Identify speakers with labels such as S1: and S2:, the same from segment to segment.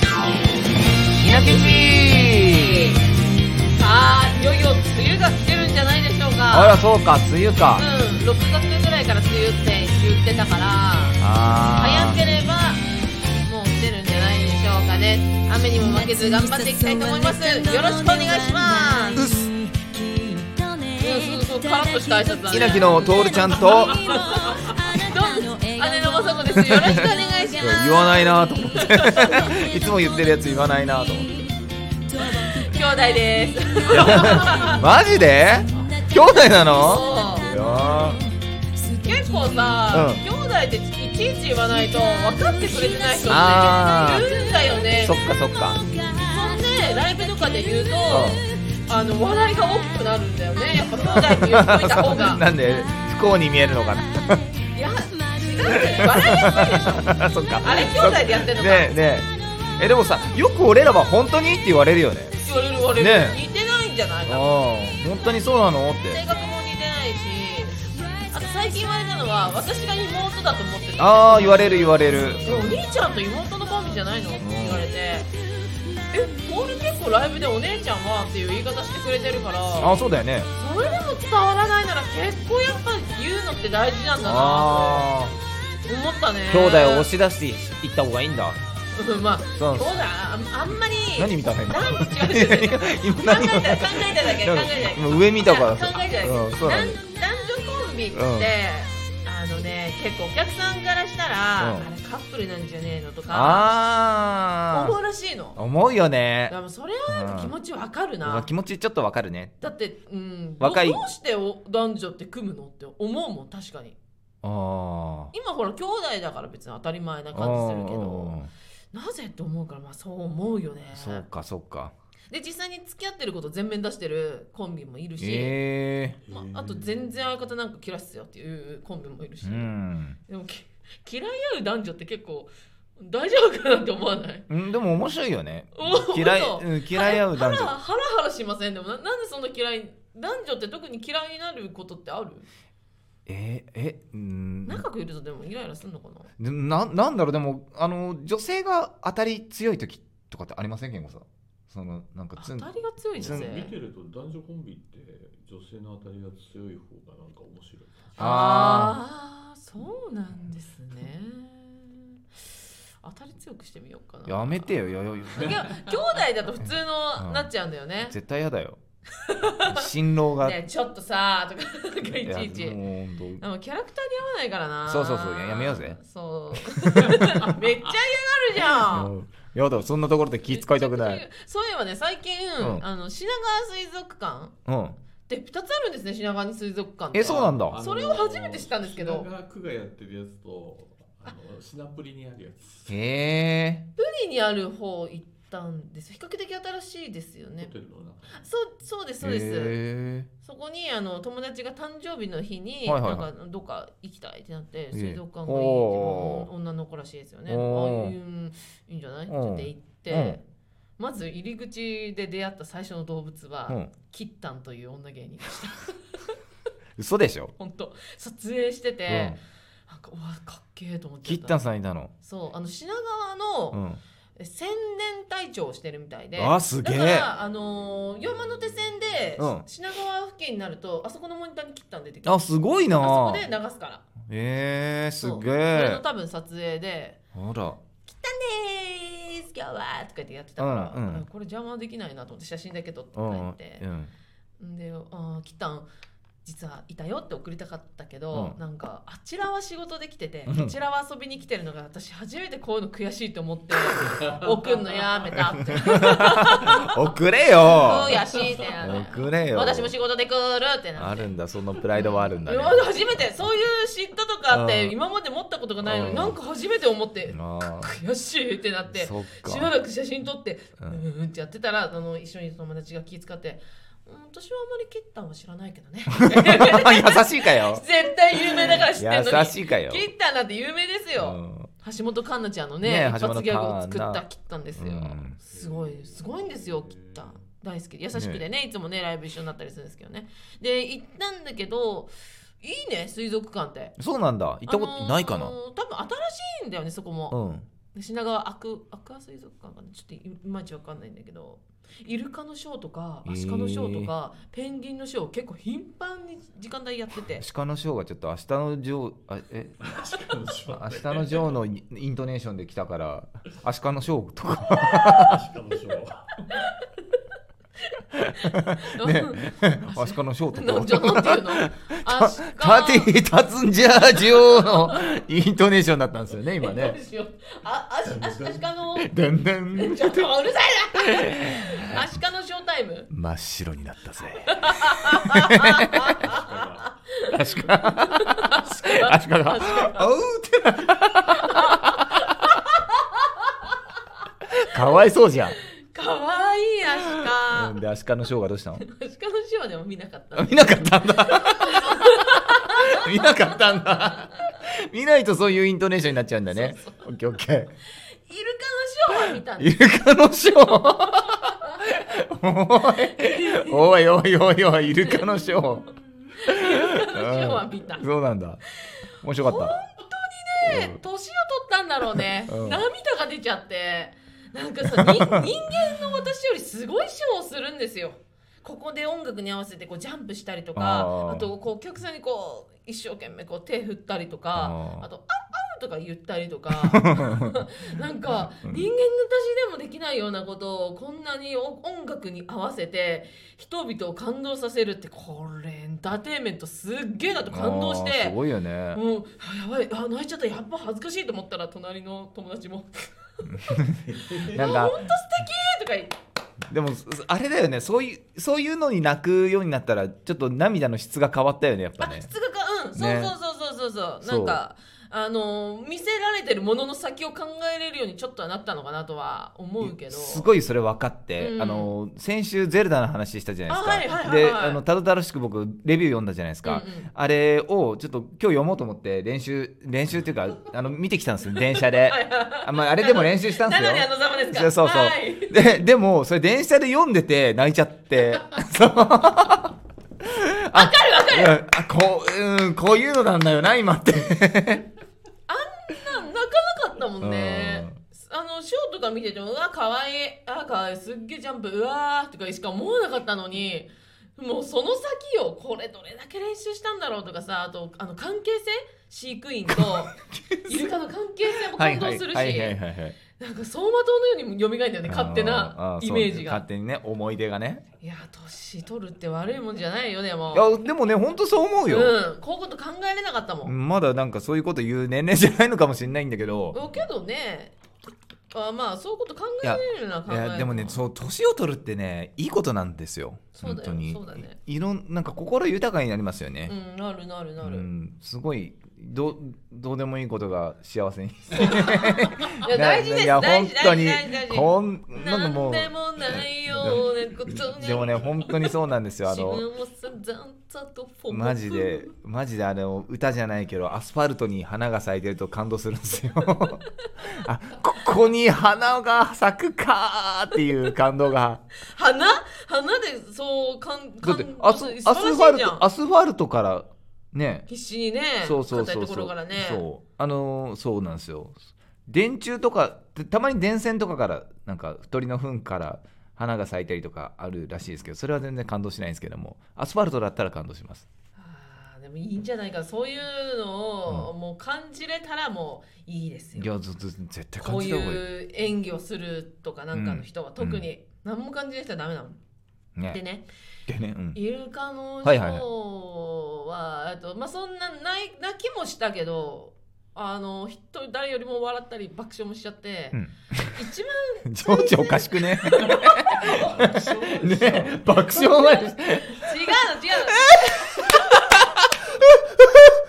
S1: ひなけち
S2: さあ、いよいよ梅雨が来てるんじゃないでしょう
S1: あ
S2: か。
S1: ら、そうか、梅雨か
S2: うん。、6月ぐらいから梅雨って言ってたから、
S1: あ
S2: 早ければ、もう来てるんじゃないでしょうかね。雨にも負けず頑張っていきたいと思います。よろしくお願いします。
S1: うっす。
S2: うん、そうそう、カラッとした挨拶だね。
S1: ひなきのトールちゃんと、
S2: どうも姉のまさこです。よろしくお願いします。
S1: 言わないなと思って。 いつも言ってるやつ言わないなと思って。
S2: 兄弟です。
S1: マジで兄弟なの
S2: そう
S1: いやー
S2: 結構
S1: う
S2: さ、
S1: ん
S2: 兄弟っていちいち言わないと分かってくれてない人
S1: あ
S2: っているんだよね
S1: そっかそっか。
S2: そんでライブとかで言うと、あの笑いが大きくなるんだよねやっぱ兄弟って言っといた方が
S1: なんで不幸に見えるのかな。
S2: いや違うんだよね笑いやすいでし ょ
S1: そっか。
S2: あれ兄弟でやってんのか
S1: ねえねえ。え、でもさ、よく俺らは本当にって言われるよね。
S2: 言われる言われる、
S1: ね
S2: 似てないんじゃない
S1: うん。
S2: かな
S1: 本当にそうなのって
S2: 性。格も似てないしあと最近言われたのは私が妹だと思ってた
S1: ああ、言われる言われる。
S2: お兄ちゃんと妹のコンビじゃないのって言われてえポール結構ライブでお姉ちゃんはっていう言い方してくれてるから
S1: ああ、そうだよね。
S2: それでも伝わらないなら結構やっぱ言うのって大事なんだな
S1: あ
S2: と思ったね
S1: あ。兄弟を押し出していった方がいいんだ。
S2: うんまあ
S1: そう
S2: 兄弟ああんまり
S1: 何見たの今
S2: 何違う違う違う
S1: 今
S2: 考
S1: 何
S2: えた考えただけ考えただけ
S1: 今上見たから
S2: 考えただけ、
S1: うんそう
S2: 男
S1: だね
S2: 男女コンビって、
S1: うん
S2: あのね結構お客さんからしたら、
S1: うん
S2: あれカップルなんじゃねえのとか
S1: あ
S2: 思うらしいの
S1: あ。思うよ
S2: だ
S1: ね
S2: か。らそれはなんか気持ちわかるな、
S1: まあ気持ちちょっとわかるね。
S2: だって、うん、
S1: 若い
S2: どどうしてお男女って組むのって思うもん確かに
S1: ああ。
S2: 今ほら兄弟だから別に当たり前な感じするけどなぜって思うからまあそう思うよね
S1: うんそうかそうか。
S2: で実際に付き合ってること全面出してるコンビもいるし、
S1: え
S2: まあ、あと全然相方なんか嫌っすよっていうコンビもいるし、
S1: え。うん。
S2: でもき嫌い合う男女って結構大丈夫かなって思わない
S1: うんでも面白いよね
S2: お。
S1: 嫌い
S2: 本当
S1: うん嫌い合う男
S2: ハラ
S1: 女。
S2: ハラハラしませんでもななんでそんな嫌い男女って特に嫌いになることってある
S1: ええうん。
S2: 長くいるとでもイライラするのかな
S1: でななんだろうでもあの女性が当たり強い時とかってありません健吾さん。そのなんかつ
S2: 当
S1: ん
S2: たりが強い
S1: つ
S2: 女
S1: ん
S3: 見て
S2: 性
S3: ると男女コンビって女性の当たりが強い方がなんか面白い。
S2: ああーそうなんですね当たり強くしてみようかな
S1: やめてよよよ。
S2: いや兄弟だと普通
S1: う
S2: の
S1: ん
S2: なっちゃうんだよね、
S1: 絶対やだよ。新郎が。
S2: ねちょっとさーとかなんかいちい
S1: いや
S2: ち
S1: もう本
S2: でもキャラクターに合わないからな
S1: そうそうそうややめようぜ
S2: そう あめっちゃ嫌がるじゃ
S1: 当
S2: ん
S1: うんやだそんなところで気使いたくな
S2: めっ
S1: い。
S2: ちゃそういえばね最近、
S1: うん
S2: あの品川水族館
S1: うん。
S2: って2つあるんですね品川に水族館って
S1: えそうなんだ。
S3: あの
S2: それを初めて知ったんですけど
S3: 品川区がやってるやつと、あのシナプリにあるやつ。
S1: へえ。
S2: プリにある方行ったんです比較的新しいですよね
S3: ホテルの中。
S2: そうそうですそうです、
S1: へ
S2: そこにあの友達が誕生日の日に、
S1: はいはいはい
S2: なんかどっか行きたいってなって
S1: え
S2: 水族館がいいって、
S1: おー
S2: 女の子らしいですよねあ
S1: おー
S2: うんいいんじゃないって
S1: うん
S2: 言って行って、まず入り口で出会った最初の動物は、
S1: ーうん。
S2: キッタンという女芸人で した
S1: 嘘でしょ。
S2: 本当撮影してて、
S1: うん。
S2: なんかうわかっけえと思っ
S1: キ
S2: て
S1: ッタンさんいたの。
S2: そうあの品川の、
S1: うん。
S2: 宣伝隊長をしてるみたいで
S1: あすげ
S2: だ
S1: え
S2: から、あのー山手線で、
S1: うん
S2: 品川付近になるとあそこのモニターに切ったん出てきて
S1: あすごいな
S2: あそこで流すから
S1: えー、す
S2: そう
S1: げ
S2: それの
S1: え
S2: 多分撮影で
S1: あら
S2: 「でーす今日は」とか言ってやってたから、
S1: うんうん
S2: あこれ邪魔できないなと思って写真だけ撮って
S1: うん
S2: 帰って
S1: う、ん
S2: ん、で「あー切ったん実はいたよ」って送りたかったけど、
S1: うん
S2: なんかあちらは仕事で来てて、
S1: うん
S2: こちらは遊びに来てるのが私初めてこういうの悔しいと 思って送んのやめたって
S1: 送れよ
S2: 悔しいってなる
S1: 送れよ
S2: 私も仕事で来るって な
S1: あ
S2: って
S1: るんだそのプライドはある んだね
S2: 今まで初めてそういう嫉妬とかっ
S1: う
S2: て
S1: ん
S2: 今まで持ったことがないの
S1: うん
S2: になんか初めて思って
S1: あ
S2: 悔しいってなっ
S1: ー
S2: て
S1: そっ
S2: しば
S1: から
S2: く写真撮って
S1: う
S2: うんんうんってやってたらあの一緒に友達が気遣ってうん私はあんまりキッタンは知らないけ どね
S1: 優しいか よ
S2: 絶対有名だから知ってるの
S1: 優
S2: に
S1: しいかよ
S2: キッタンなんて有名です
S1: う
S2: よ
S1: ん
S2: 橋本環奈ちゃんの
S1: ねえ
S2: ね一発ギャグを作
S1: 橋
S2: っ
S1: 本環
S2: た
S1: 奈
S2: キッタンですよ
S1: うん
S2: すごいすごいんですよキッタン大好きで優しくてねいつもねライブ一緒になったりするんですけどねで行ったんだけどいいね水族館って
S1: そうなんだ行ったことないかな、
S2: あのー多分新しいんだよねそこも、
S1: うん
S2: 品川アクアクア水族館かなちょっといいまいちわかんないんだけどイルカのショーとかアシカのショーとか、ペンギンのショー結構頻繁に時間帯やっ て て
S1: 鹿のショーがちょっと明日のジョーあえ
S3: 明 日
S1: 明日のジョーのイイントネーションで来たからアシカのショーと かアシカのショー
S2: なん
S1: と
S2: じゃ
S1: か
S2: なんていうのアシカ
S1: 縦に立つんじゃジョーのイントネーションだったんですよね今
S2: どう
S1: ね
S2: しようあアシアシカアシカの
S1: だんだん
S2: ちょっとうるさいなアシカのショータイム
S1: 真っ白になったぜ
S3: あ
S1: アシカ アシカが「おう」ってなかわいそうじゃん
S2: かわいいアシカ、
S1: うんでアシカのショーがどうしたの
S2: アシカのショーでも見なかった
S1: あ見なかったんだ見なかったんだ見ないとそういうイントネーションになっちゃうんだねオッケーオッケ
S2: イルカのショーは見たん
S1: ー
S2: だ
S1: イルカのショーおいおいおいおいおいイルカのショー
S2: イルカのショーは見た、
S1: うんそうなんだ面白かった
S2: で年を取ったんだろうね、
S1: うん
S2: 涙が出ちゃってなんかさに人間の私よりすごいショーをするんですよここで音楽に合わせてこうジャンプしたりとか
S1: あ
S2: あ
S1: ー
S2: とこうお客さんにこう一生懸命こう手振ったりとか
S1: あー
S2: あと「あんあん」とか言ったり とかなんか人間の私でもできないようなことをこんなにお音楽に合わせて人々を感動させるってこれエンターテインメントすっげえなと感動して
S1: あーすごいよね
S2: もうあやばいあ泣いちゃったやっぱ恥ずかしいと思ったら隣の友達も
S1: なんか
S2: 「えーとか言って
S1: でもすあれだよねそういうそういうのに泣くようになったらちょっと涙の質が変わったよねやっぱ
S2: あ
S1: ね
S2: 質がかうんそう
S1: ね
S2: そうそうそうそうそう
S1: そ
S2: な
S1: うん
S2: かあのー見せられてるものの先を考えれるようにちょっとはなったのかなとは思うけど
S1: すごいそれ分かって、
S2: うん
S1: あの先週ゼルダの話したじゃないですか、
S2: あはいはいはい
S1: で
S2: はい
S1: あのたどたどしく僕レビュー読んだじゃないですか、
S2: うんうん
S1: あれをちょっと今日読もうと思って練習練習っていうかあの見てきたんですよ電車であ,、まあ、あれでも練習したんで
S2: な
S1: すよ
S2: のにあのざまですか
S1: そうそうそう
S2: はい
S1: ででもそれ電車で読んでて泣いちゃって そう分かる分かるあこう,、うん、こういうのなんだよな今って
S2: な泣かなかったもんねあのショーとか見ててもうわかわいいあかわいいすっげえジャンプうわーとかしか思わなかったのにもうその先よこれどれだけ練習したんだろうとかさあとあの関係性飼育員とイルカの関係性も感動するし
S1: はいはいはいはいはい
S2: なんか走馬灯のように蘇るんだよね勝手
S1: あ
S2: な
S1: ー
S2: イメージ
S1: そう勝
S2: が
S1: 手にね思い出がね
S2: いや年取るって悪いもんじゃないよねも
S1: いやでもね本当そう思う
S2: う
S1: よ、
S2: うんこういうこと考えれなかったもん
S1: まだなんかそういうこと言う年齢じゃないのかもしれないんだけど、
S2: だけどねあまあそういうこと考えられるような考
S1: い
S2: え
S1: やでもねそう年を取るってねいいことなんですよ
S2: そう
S1: 本
S2: だよ
S1: 当に
S2: そうだね
S1: いいろんなんか心豊かになりますよね、
S2: うんなるなるな
S1: う
S2: る、
S1: んすごいどうどうでもいいことが幸せに
S2: いや大事です
S1: いや
S2: 大
S1: 本
S2: 事
S1: 当
S2: 大事
S1: に
S2: 大事大事
S1: こんな
S2: なん
S1: んかもう
S2: でもないようなことが
S1: でもね本当にそうなんですよあ
S2: 自
S1: の
S2: 分も散々ざとフォー
S1: マジでマジであの歌じゃないけどアスファルトに花が咲いてると感動するんですよ あここに花が咲くかーっていう感動が
S2: 花花でそうかん
S1: だ
S2: か
S1: って
S2: ん
S1: アス
S2: 素晴
S1: ア
S2: ら
S1: スファ
S2: しい
S1: ル
S2: じゃん
S1: トアスファルトからね
S2: 必死にね
S1: そうそうそ
S2: 硬
S1: う
S2: いとこ
S1: そ
S2: ろ
S1: う
S2: からね
S1: そうあのーそうなんですよ電柱とかたたまに電線とかからなんか鳥の糞から花が咲いたりとかあるらしいですけどそれは全然感動しないんですけどもアスファルトだったら感動します
S2: あーでもいいんじゃないかそういうのをもう感じれたらもういいですよ
S1: いやずず絶対
S2: こ
S1: 感
S2: う
S1: じた方がいい
S2: いう演技をするとかなんかの人は特に何も感じない人はダメなの。で
S1: ね
S2: ね
S1: でねうん
S2: イルカのショ
S1: は
S2: ーは、
S1: いはいはい
S2: あとまあそんなない泣きもしたけどあの人誰よりも笑ったり爆笑もしちゃって、
S1: うん
S2: 一番
S1: 情緒おかしくねねえ爆笑は
S2: 違うの違うの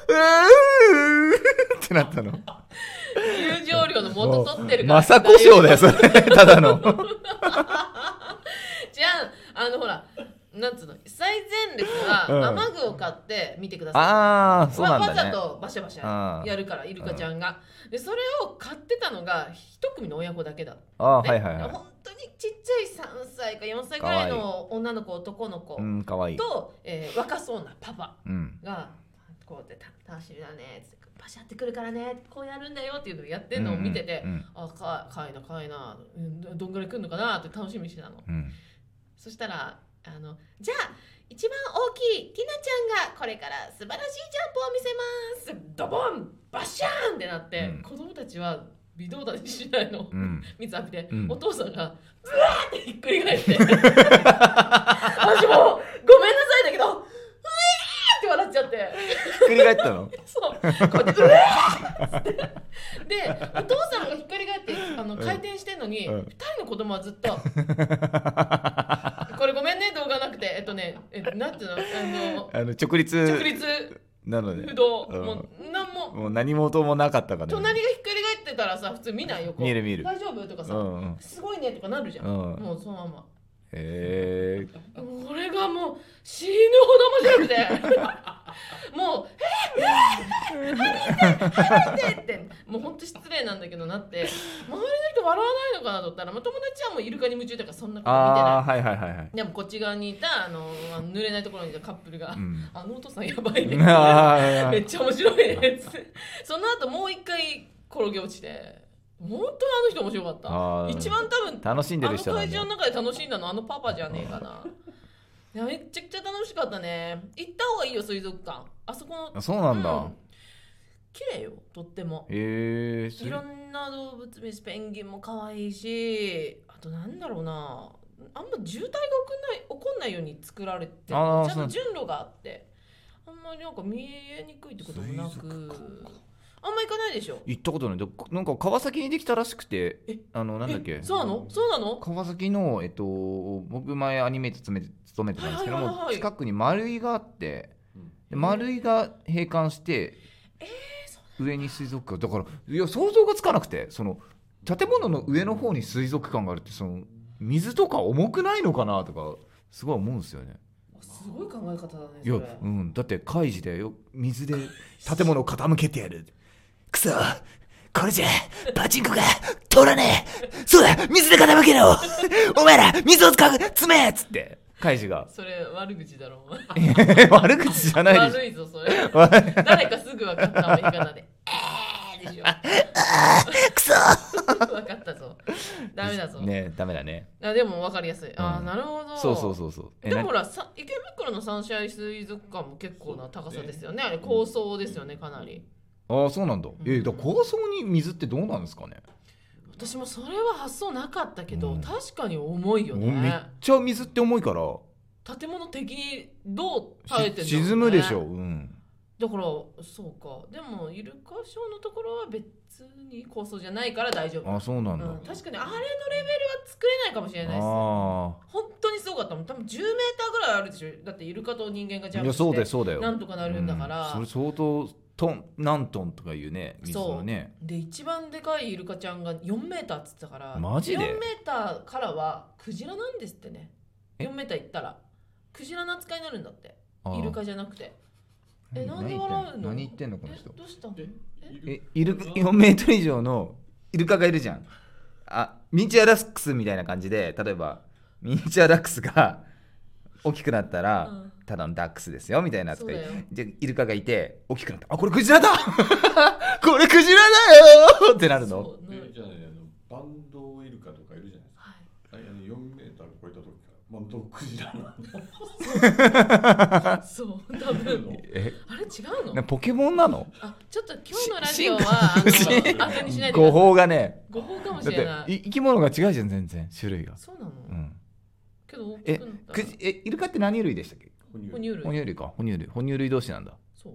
S1: うーってなったの
S2: 友情量の元取ってるから
S1: まさこし ょうだよそれただの
S2: じゃああのほらなんつうの最前列は
S1: うん
S2: 雨具を買って見てください、
S1: ああそう
S2: わ
S1: なんだね
S2: わざとバシャバシャやるからイルカちゃんが、でそれを買ってたのが一組の親子だけだった
S1: ああー
S2: ね、
S1: はいはいはい
S2: 本当にちっちゃい3歳か4歳ぐらいの女の子男の子
S1: うん、かわいい。
S2: と、えー若そうなパパ
S1: うん。
S2: がこうやってた楽しみだねつってパシャってくるからねこうやるんだよっていうのをやってるのを見てて、
S1: うん
S2: あかかいなかいなうんどどんぐらい来るのかなって楽しみにしてたの
S1: うんうん
S2: そしたらあのじゃあ一番大きいティナちゃんがこれから素晴らしいジャンプを見せますドボンバシャーンってなって、
S1: うん
S2: 子供たちは微動だにしないの、
S1: うん
S2: 水浴びて、
S1: うん
S2: お父さんがブワーってひっくり返って 私もごめんなさいだけどうわーって笑っちゃって
S1: ひっくり返った の
S2: そうこうやってうわーってでお父さんがひっくり返ってあの
S1: ん
S2: 回転してんのに、
S1: うん
S2: 二人の子供はず っとこれごめんね動画なくてえっとねえなんていうのあ
S1: あ
S2: の
S1: の直立
S2: 直立
S1: なので
S2: 不動、
S1: うん
S2: もうなんも
S1: もう何も音もなかったから、
S2: 隣がひっくり返ってたらさ普通見ないよこう
S1: 見える見える
S2: 大丈夫とか
S1: う
S2: さ、
S1: んうん
S2: すごいねとかなるじゃん、
S1: うん
S2: もうそのまま
S1: へえ
S2: これがもう死ぬほど面白くてもう「えっえっえっえっえっえっ!」ってもうほんと失礼なんだけどなって周りの人笑わないのかなと思ったら、まあ、友達はもうイルカに夢中だからそんなこと見て
S1: ああ
S2: な
S1: はいはいはいはい、
S2: いでもこっち側にいたあのあの濡れないところにいたカップルが「
S1: うん、
S2: あのお父さんやばいね」
S1: ああ
S2: めっちゃ面白いね」っつってその後もう一回転げ落ちて本当にあの人面白かった
S1: あー
S2: 一番多分
S1: 楽しんでる人
S2: あの
S1: なん
S2: 会場
S1: だ
S2: の中で楽しんだのあのパパじゃねえかないやめっちゃくちゃ楽しかったね行った方がいいよ水族館あそこの
S1: あそうなんだ、
S2: うん綺麗よとっても
S1: へえそ
S2: い
S1: れ
S2: ろんな動物見ペンギンも可愛いしあとなんだろうなあんま渋滞が起こんない起こんないように作られてち
S1: あー
S2: ゃん
S1: そう
S2: と順路があってあんまりなんか見えにくいってこともなく
S3: 水族館か
S2: あんま行かないでしょ
S1: 行ったことないどなんか川崎にできたらしくて
S2: え
S1: あのなんだっけ
S2: えそうなのそうなの
S1: 川崎の、えっと、僕前アニメート勤めて勤めてたんですけども、
S2: はいはいはいはい
S1: 近くに丸井があって
S3: うん
S1: で丸井が閉館して、上に水族館だからいや想像がつかなくてその建物の上の方に水族館があるってその水とか重くないのかなとかすごい思うんですよね。
S2: すごい考え方だね
S1: いや、うん、だって開示でよ水で 建物を傾けてやるくそこれじゃパチンコが通らねえそうだ水で傾けろお前ら水を使う詰めっつって開示が
S2: それ悪口だろ
S1: 悪口じゃないでし
S2: 悪いぞそれ
S1: ょ悪
S2: 誰かすぐ分かった言い方で「えー」でしょ
S1: いくそ
S2: 分かったぞダメだぞ、
S1: ねダメだね
S2: あでも分かりやすいあー、
S1: うん
S2: なるほど
S1: そうそうそうそうえ
S2: でも
S1: な
S2: ほらさ池袋のサンシャイン水族館も結構な高さですよねあれ高層ですよねかなり
S1: ああそうなんだえだから高層に水ってどうなんですかね
S2: 私もそれは発想なかったけど、
S1: うん
S2: 確かに重いよ
S1: もうめっ
S2: ね
S1: ちゃ水って重いから
S2: 建物的にどう耐えてる
S1: し
S2: の、
S1: 沈むでしょうん
S2: だからそうかでもイルカショーのところは別に構想じゃないから大丈夫、
S1: あそうなんだ、
S2: うん、確かにあれのレベルは作れないかもしれないです
S1: あ
S2: 本当にすごかったもん多分10メーターぐらいあるでしょだってイルカと人間がジ
S1: あ
S2: ャ
S1: い
S2: ンプ
S1: や
S2: して
S1: そうだよそうだよ
S2: なんとかなるんだから、
S1: うんそれ相当トン何トンとかいうね水のね
S2: で一番でかいイルカちゃんが4メーターっつってたから
S1: マジで
S2: 4メーターからはクジラなんですってね
S1: え
S2: 4メーターいったらクジラの扱いになるんだって
S1: あー
S2: イルカじゃなくてえ
S1: 何
S2: なんで笑うの
S1: 何言ってんのこの
S2: え
S1: 人
S2: ど うしたの
S3: で
S1: えイルカ4メートル以上のイルカがいるじゃんあミニチュアラックスみたいな感じで例えばミニチュアラックスが 大きくなったら、
S2: うん
S1: ただのダックスですよみたいな扱い
S2: そうだよ
S1: でイルカがいて大きくなったあこれクジラだ これクジラだよってなるの
S2: そうな
S3: えじゃあねあのバンドイルカとかいるじゃないですか
S2: はい
S3: あれあの4メーター超えた時からまあどっくじだな
S2: そう多分
S1: え
S2: あれ違うの
S1: なポケモンなの
S2: あちょっと今日のラジオはあ
S1: し
S2: の当てにしないでく
S1: 誤
S2: ださい
S1: 報がね
S2: 誤報かもしれ
S1: だっ
S2: な
S1: て
S2: い
S1: い生き物が違うじゃん全然種類が、
S2: そうなの、
S1: うん、
S2: けど大き
S1: え
S2: くなった
S1: くじえイルカって何類でしたっけ
S3: 哺乳
S2: 哺乳類
S1: 哺乳類か哺乳類哺乳類同士なんだ
S2: そう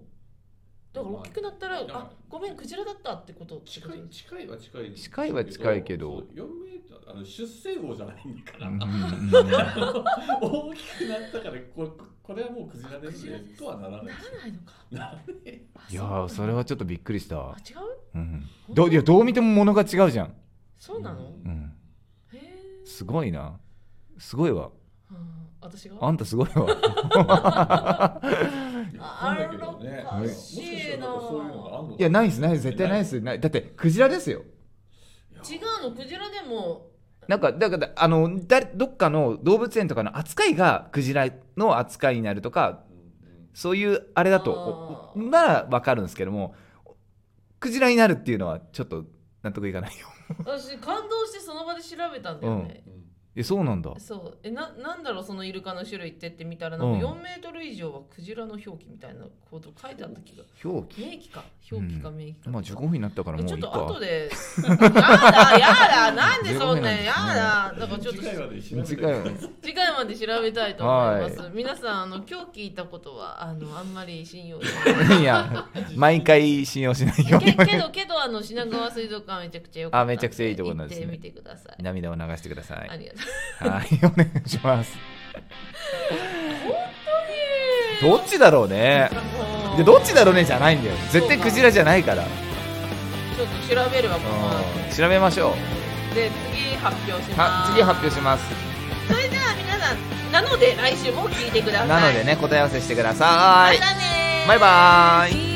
S2: だから大きくなったら
S3: まあ
S2: あごめんクジラだったってことってこ
S3: 近
S2: と
S3: い近いは近い
S1: 近いは近いけど
S3: そう4メーターあの出世魚じゃないから、
S1: うんうん
S3: 大きくなったからこれこれはもうクジラで
S2: あクジ
S3: すね
S2: ラです
S3: とはなら
S2: な
S3: ない
S2: らないのか
S3: な
S2: あ
S1: いやー
S2: そ
S1: そうれ
S2: なの
S1: はちょっとびっくりした
S2: あ、違う
S1: うん、どういやどう見ても物が違うじゃん、
S2: そうなの
S1: うん、
S2: へえ
S1: すごいなすごいわ
S2: うん私が
S1: あんたすごいわ
S2: あ
S3: わかんないけどね
S2: あ
S1: ら
S3: も
S2: し
S3: し
S2: いな
S3: かしたらなんかそういうのがあんの
S1: いやないですないです絶対ないですないだってクジラですよ
S2: 違うのクジラでも
S1: なんかだからあのだどっかの動物園とかの扱いがクジラの扱いになるとか
S3: うんうん
S1: そういうあれだと
S2: あー
S1: なら分かるんですけどもクジラになるっていうのはちょっと納得いかないよ
S2: 私感動してその場で調べたんだよね、
S3: うん
S1: えそうなんだ
S2: そうえななんだろうそのイルカの種類ってって見たらなんか
S1: うん
S2: 4メートル以上はクジラの表記みたいなこと書いてあった気が
S1: 表記
S2: 名記か表記か名記か、
S1: まあ15分になったから
S2: え
S1: もう
S2: ち
S1: い
S2: ょっ
S1: い
S2: と
S1: か
S2: 後で やだやだなんでそんな
S1: 15
S2: やだだからちょっと
S3: 次回まで調べて
S1: 短いよね
S2: 次回まで調べたいと思います、皆さんあの今日聞いたことはあのあんまり信用しな い
S1: い や毎回信用しないよう
S2: け
S1: に
S2: けどけどあの品川水族館めちゃくちゃ良かったんで
S1: あめちゃくちゃいいとこなんですね
S2: 行ってみてください、
S1: 涙を流してください
S2: ありがとう
S1: はいお願いしますど
S2: も
S1: っちだろうね
S2: う
S1: でどっちだろうねじゃないんだよ絶対クジラじゃないから
S2: ちょっと調べればこ
S1: うん調べましょう
S2: ので次発表しま
S1: は
S2: す
S1: 次発表します
S2: それでは皆さんなので来週も聞いてください
S1: なのでね答え合わせしてくださ
S2: ま
S1: い
S2: たねー
S1: バイバーイ
S2: See